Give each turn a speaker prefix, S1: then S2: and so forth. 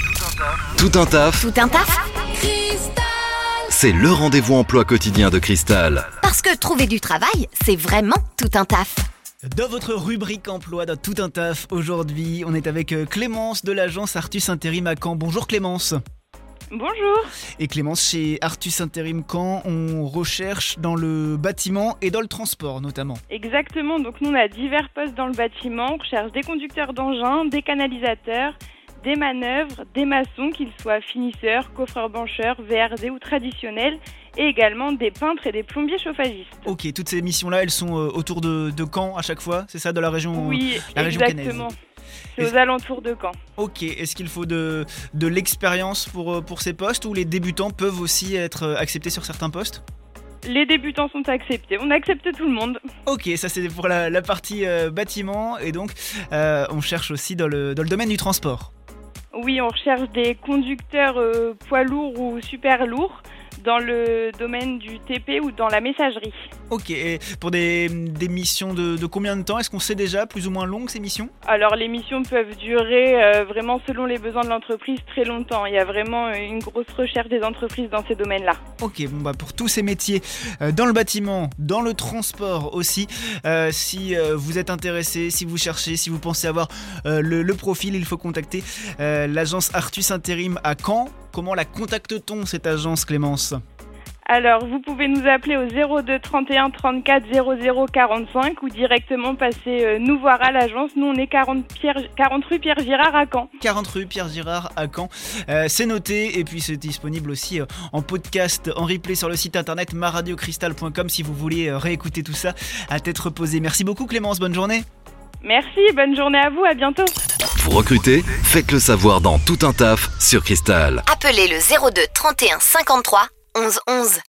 S1: Tout un taf,
S2: Tout un taf
S1: c'est le rendez-vous emploi quotidien de Cristal.
S2: Parce que trouver du travail, c'est vraiment tout un taf.
S3: Dans votre rubrique emploi, dans tout un taf, aujourd'hui, on est avec euh, Clémence de l'agence Artus Intérim à Caen. Bonjour Clémence.
S4: Bonjour.
S3: Et Clémence, chez Artus Intérim Caen, on recherche dans le bâtiment et dans le transport notamment.
S4: Exactement, donc nous on a divers postes dans le bâtiment. On cherche des conducteurs d'engins, des canalisateurs, des manœuvres, des maçons, qu'ils soient finisseurs, coffreurs-bancheurs, VRD ou traditionnels, et également des peintres et des plombiers chauffagistes.
S3: Ok, toutes ces missions-là, elles sont euh, autour de, de Caen à chaque fois, c'est ça, de la région euh,
S4: oui,
S3: la région
S4: exactement. C'est
S3: Est-ce-
S4: aux alentours de Caen.
S3: Ok, est-ce qu'il faut de, de l'expérience pour, euh, pour ces postes ou les débutants peuvent aussi être euh, acceptés sur certains postes
S4: Les débutants sont acceptés. On accepte tout le monde.
S3: Ok, ça c'est pour la, la partie euh, bâtiment et donc euh, on cherche aussi dans le, dans le domaine du transport.
S4: Oui, on recherche des conducteurs euh, poids lourds ou super lourds dans le domaine du TP ou dans la messagerie.
S3: Ok, et pour des, des missions de, de combien de temps Est-ce qu'on sait déjà plus ou moins longues ces missions
S4: Alors les missions peuvent durer euh, vraiment selon les besoins de l'entreprise très longtemps. Il y a vraiment une grosse recherche des entreprises dans ces domaines-là.
S3: Ok, bon bah pour tous ces métiers, euh, dans le bâtiment, dans le transport aussi, euh, si euh, vous êtes intéressé, si vous cherchez, si vous pensez avoir euh, le, le profil, il faut contacter euh, l'agence Artus Intérim à Caen. Comment la contacte-t-on cette agence Clémence
S4: Alors vous pouvez nous appeler au 02 31 34 00 45 ou directement passer euh, nous voir à l'agence. Nous on est 40 Pierre- 40 rue Pierre Girard à Caen.
S3: 40 rue Pierre Girard à Caen. Euh, c'est noté et puis c'est disponible aussi euh, en podcast, en replay sur le site internet maradiocristal.com si vous voulez euh, réécouter tout ça à tête reposée. Merci beaucoup Clémence, bonne journée.
S4: Merci, bonne journée à vous, à bientôt.
S1: Vous recrutez Faites le savoir dans Tout un taf sur Cristal.
S2: Appelez le 02 31 53 11 11.